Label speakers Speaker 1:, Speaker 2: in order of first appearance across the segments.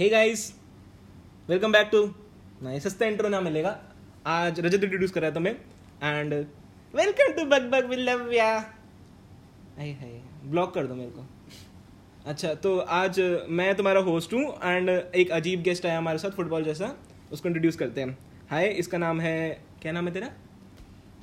Speaker 1: Hey guys welcome back to नहीं सस्ता intro ना मिलेगा आज रजत इंट्रोड्यूस कर रहा था मैं and welcome to bug bug विलव्या हाय हाय ब्लॉक कर दो मेरे को अच्छा तो आज मैं तुम्हारा होस्ट हूँ एंड एक अजीब गेस्ट आया हमारे साथ फुटबॉल जैसा उसको इंट्रोड्यूस करते हैं हाय इसका नाम है क्या नाम है तेरा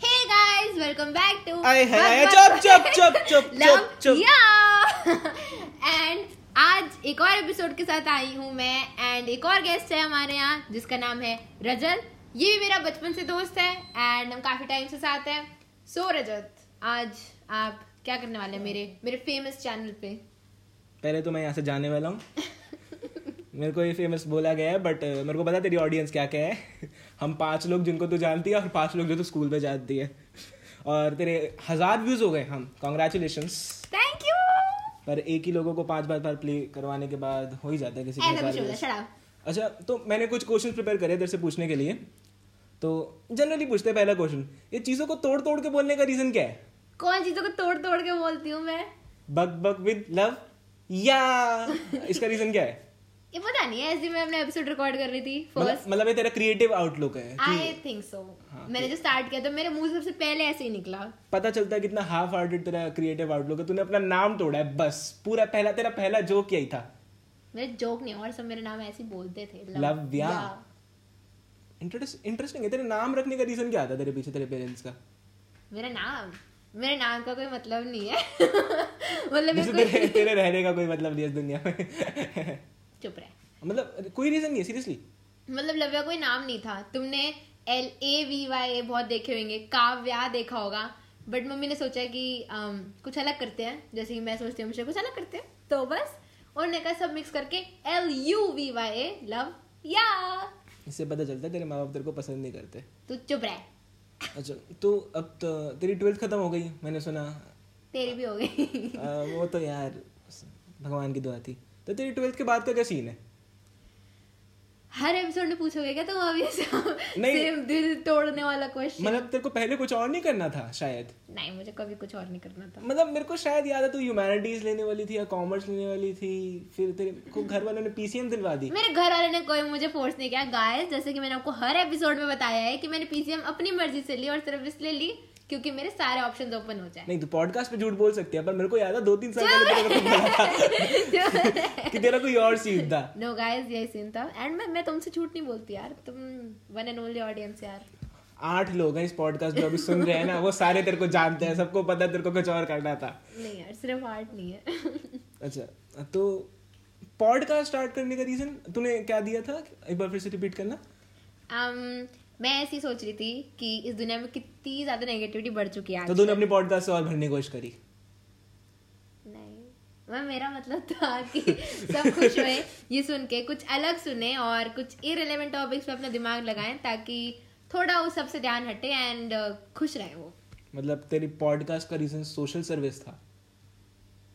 Speaker 2: Hey guys, welcome back to
Speaker 1: आए हाय हाय
Speaker 2: Bug
Speaker 1: चुप
Speaker 2: Bug
Speaker 1: चुप चुप चुप
Speaker 2: Love
Speaker 1: चुप चुप
Speaker 2: Yeah! And आज एक और एपिसोड के साथ आई हूँ मैं एंड एक और गेस्ट है हमारे यहाँ जिसका नाम है रजत ये भी मेरा बचपन से दोस्त है एंड हम काफी टाइम से साथ हैं सो so, रजत आज आप क्या करने वाले हैं मेरे मेरे फेमस चैनल पे
Speaker 1: पहले तो मैं यहाँ से जाने वाला हूँ मेरे को ये फेमस बोला गया है बट मेरे को पता तेरी ऑडियंस क्या क्या है हम पांच लोग जिनको तू जानती है और पांच लोग जो तू स्कूल में जाती है और तेरे हजार व्यूज हो गए हम कॉन्ग्रेचुलेशंस
Speaker 2: थैंक यू
Speaker 1: पर एक ही लोगों को पांच बार बार प्ले करवाने के बाद हो ही जाता है किसी के
Speaker 2: ऐसा कुछ होता
Speaker 1: हजार
Speaker 2: शराब
Speaker 1: अच्छा तो मैंने कुछ क्वेश्चन प्रिपेयर करे तेरे से पूछने के लिए तो जनरली पूछते हैं पहला क्वेश्चन ये चीज़ों को तोड़ तोड़ के बोलने का रीज़न क्या है
Speaker 2: कौन चीजों को तोड़ तोड़ के बोलती हूँ मैं
Speaker 1: बग बग विद लव या इसका रीज़न क्या है
Speaker 2: ये पता नहीं है ऐसे मैं अपना एपिसोड रिकॉर्ड कर रही थी फर्स्ट
Speaker 1: मतलब मतलब ये तेरा क्रिएटिव आउटलुक है
Speaker 2: आई थिंक सो मैंने जो स्टार्ट किया तो मेरे मुंह से सबसे पहले ऐसे ही निकला
Speaker 1: पता चलता है कितना हाफ हार्टेड तेरा क्रिएटिव आउटलुक है तूने अपना नाम तोड़ा है बस पूरा पहला तेरा पहला जोक यही था
Speaker 2: मेरे जोक नहीं और सब मेरा नाम ऐसे ही बोलते थे
Speaker 1: लव्या।
Speaker 2: या।
Speaker 1: इंटरेस्टिंग है तेरे नाम रखने का रीजन क्या था तेरे पीछे तेरे पेरेंट्स का
Speaker 2: मेरा नाम मेरे नाम का कोई मतलब नहीं है मतलब ये
Speaker 1: जैसे
Speaker 2: कोई
Speaker 1: तेरे तेरे रहने का कोई मतलब नहीं है इस दुनिया में
Speaker 2: चुप रहे
Speaker 1: मतलब कोई रीजन नहीं है सीरियसली
Speaker 2: मतलब लव्या कोई नाम नहीं था तुमने L A V Y A बहुत देखे होंगे काव्या देखा होगा बट मम्मी ने सोचा कि अम, कुछ अलग करते हैं जैसे कि मैं सोचती हूँ मुझे कुछ अलग करते हैं तो बस उन्होंने कहा सब मिक्स करके L U V Y A love या
Speaker 1: इससे पता चलता है तेरे माँ बाप तेरे को पसंद नहीं करते
Speaker 2: तू तो चुप रहे
Speaker 1: अच्छा तो अब तो तेरी ट्वेल्थ खत्म हो गई मैंने सुना
Speaker 2: तेरी भी हो गई
Speaker 1: अ, वो तो यार भगवान की दुआ थी तो तेरी ट्वेल्थ के बाद का क्या सीन है
Speaker 2: हर एपिसोड में पूछोगे क्या तुम अभी
Speaker 1: नहीं।
Speaker 2: सेम दिल तोड़ने वाला क्वेश्चन
Speaker 1: मतलब तेरे को पहले कुछ और नहीं करना था शायद
Speaker 2: नहीं मुझे कभी कुछ और नहीं करना था
Speaker 1: मतलब मेरे को शायद याद है तू ह्यूमैनिटीज लेने वाली थी या कॉमर्स लेने वाली थी फिर तेरे को घर वालों ने पीसीएम दिलवा दी
Speaker 2: मेरे घर वाले ने कोई मुझे फोर्स नहीं किया गाइस जैसे कि मैंने आपको हर एपिसोड में बताया है कि मैंने पीसीएम अपनी मर्जी से ली और सिर्फ इसलिए ली क्योंकि मेरे सारे ऑप्शंस ओपन हो जाए
Speaker 1: नहीं तू पॉडकास्ट पे झूठ बोल सकती है पर मेरे को याद है दो तीन साल पहले तेरे को बोला था कि तेरा कोई और सीन था
Speaker 2: नो गाइस यही सीन था एंड मैं मैं तुमसे झूठ नहीं बोलती यार तुम वन एंड ओनली ऑडियंस यार
Speaker 1: आठ लोग हैं इस पॉडकास्ट जो अभी सुन रहे हैं ना वो सारे तेरे को जानते हैं सबको पता है तेरे को कुछ और करना था
Speaker 2: नहीं यार सिर्फ आर्ट नहीं है
Speaker 1: अच्छा तो पॉडकास्ट स्टार्ट करने का रीजन तूने क्या दिया था एक बार फिर से रिपीट करना
Speaker 2: um, मैं ऐसी सोच रही थी कि इस दुनिया में कितनी ज्यादा नेगेटिविटी बढ़ चुकी है
Speaker 1: तो
Speaker 2: आजकल।
Speaker 1: तूने अपनी पॉडकास्ट से और भरने की कोशिश करी
Speaker 2: नहीं मैं मेरा मतलब था कि सब खुश होए ये सुन के कुछ अलग सुने और कुछ इरेलीवेंट टॉपिक्स पे अपना दिमाग लगाएं ताकि थोड़ा उस सबसे ध्यान हटे एंड खुश रहे वो
Speaker 1: मतलब तेरी पॉडकास्ट का रीजन सोशल सर्विस था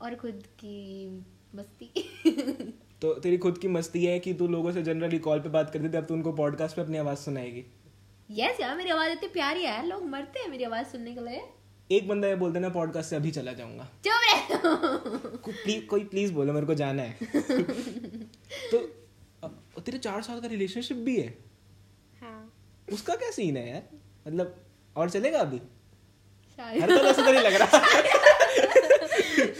Speaker 2: और खुद की मस्ती
Speaker 1: तो तेरी खुद की मस्ती है कि तू लोगों से जनरली कॉल पे बात करती थी अब तू उनको पॉडकास्ट पे अपनी आवाज सुनाएगी
Speaker 2: यस यार मेरी आवाज इतनी प्यारी है यार लोग मरते हैं मेरी आवाज सुनने के लिए
Speaker 1: एक बंदा ये बोल देना पॉडकास्ट से अभी चला जाऊंगा
Speaker 2: चुप रहे
Speaker 1: को, प्लीज कोई प्लीज बोलो मेरे को जाना है तो अब तेरे चार साल का रिलेशनशिप भी है
Speaker 2: हाँ
Speaker 1: उसका क्या सीन है यार मतलब और चलेगा अभी
Speaker 2: शायद
Speaker 1: हर तरह से तो नहीं लग रहा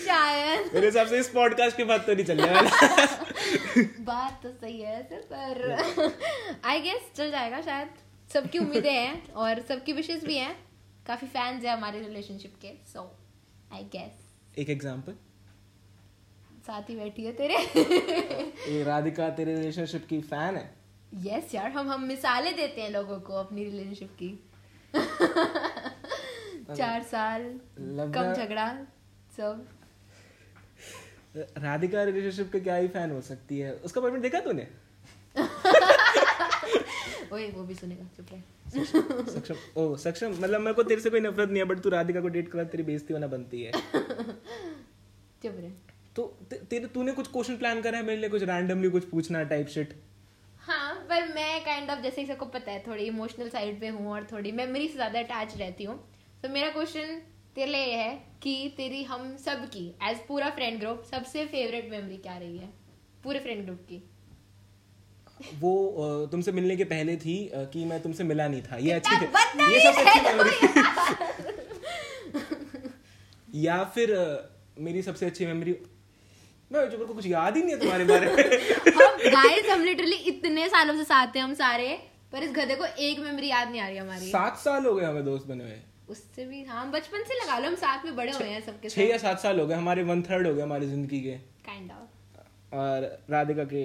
Speaker 2: शायद
Speaker 1: मेरे हिसाब से इस पॉडकास्ट के बाद तो नहीं चलने वाला
Speaker 2: बात तो सही है ऐसे पर आई गेस चल जाएगा शायद सबकी उम्मीदें हैं और सबकी विशेष भी हैं काफी फैंस हैं हमारे रिलेशनशिप के सो आई गेस
Speaker 1: एक एग्जांपल
Speaker 2: साथ ही बैठी है तेरे
Speaker 1: ये राधिका तेरे रिलेशनशिप की फैन है
Speaker 2: यस यार हम हम मिसालें देते हैं लोगों को अपनी रिलेशनशिप की चार साल
Speaker 1: लग
Speaker 2: कम
Speaker 1: रहा-
Speaker 2: झगड़ा सब
Speaker 1: राधिका रिलेशनशिप के क्या ही फैन हो सकती है उसका पेमेंट देखा तूने
Speaker 2: ओए वो भी सुनेगा चुप रहे
Speaker 1: सक्षम ओ सक्षम मतलब मेरे को तेरे से कोई नफरत नहीं है बट तू राधिका को डेट करा तेरी बेइज्जती होना बनती है
Speaker 2: चुप रहे
Speaker 1: तो ते- तेरे तूने कुछ क्वेश्चन प्लान करा है मेरे लिए कुछ रैंडमली कुछ पूछना टाइप शिट
Speaker 2: हाँ पर मैं काइंड ऑफ जैसे कि सबको पता है थोड़ी इमोशनल साइड पे हूँ और थोड़ी मेमोरी से ज़्यादा अटैच रहती हूँ तो मेरा क्वेश्चन तेरे लिए ये है कि तेरी हम सब की एज पूरा फ्रेंड ग्रुप सबसे फेवरेट मेमोरी क्या रही है पूरे फ्रेंड ग्रुप की
Speaker 1: वो अ, तुमसे मिलने के पहले थी अ, कि मैं तुमसे मिला नहीं था ये अच्छी
Speaker 2: कितना बदतमीज
Speaker 1: ये सबसे अच्छी
Speaker 2: है तो तू
Speaker 1: मेमोरी या फिर अ, मेरी सबसे अच्छी मेमोरी मैं जो मेरे को कुछ याद ही नहीं है तुम्हारे बारे में
Speaker 2: गाइस हम लिटरली इतने सालों से साथ थे हम सारे पर इस गधे को एक मेमोरी याद नहीं आ रही हमारी
Speaker 1: सात साल हो गए हमें दोस्त बने हुए
Speaker 2: उससे भी हाँ बचपन से लगा लो हम साथ में बड़े हुए हैं सबके
Speaker 1: अच्छा, छह
Speaker 2: साथ
Speaker 1: या सात साल हो गए हमारे वन थर्ड हो गए हमारी जिंदगी के
Speaker 2: काइंड ऑफ
Speaker 1: और राधिका के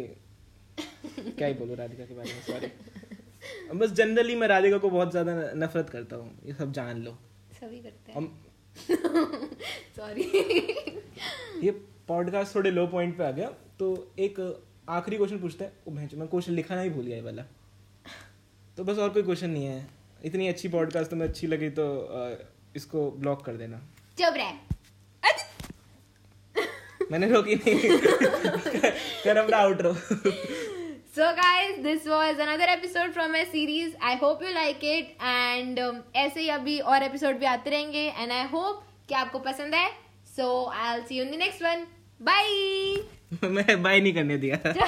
Speaker 1: क्या ही बोलूं राधिका के बारे में सॉरी बस जनरली मैं राधिका को बहुत ज्यादा नफरत करता हूँ ये सब जान लो
Speaker 2: सभी करते हैं
Speaker 1: हम
Speaker 2: सॉरी
Speaker 1: ये पॉडकास्ट थोड़े लो पॉइंट पे आ गया तो एक आखिरी क्वेश्चन पूछते हैं ओ भैंचो, मैं क्वेश्चन लिखाना ही भूल गया ये वाला तो बस और कोई क्वेश्चन नहीं है इतनी अच्छी पॉडकास्ट तुम्हें अच्छी लगी तो अ, इसको ब्लॉक कर देना
Speaker 2: चुप रह
Speaker 1: मैंने रोकी नहीं कर अपना outro
Speaker 2: So guys, this was another episode from my series. I hope you like it and um, ऐसे ही अभी और episode भी आते रहेंगे and I hope कि आपको पसंद है. So I'll see you in the next one. Bye.
Speaker 1: मैं बाय नहीं करने दिया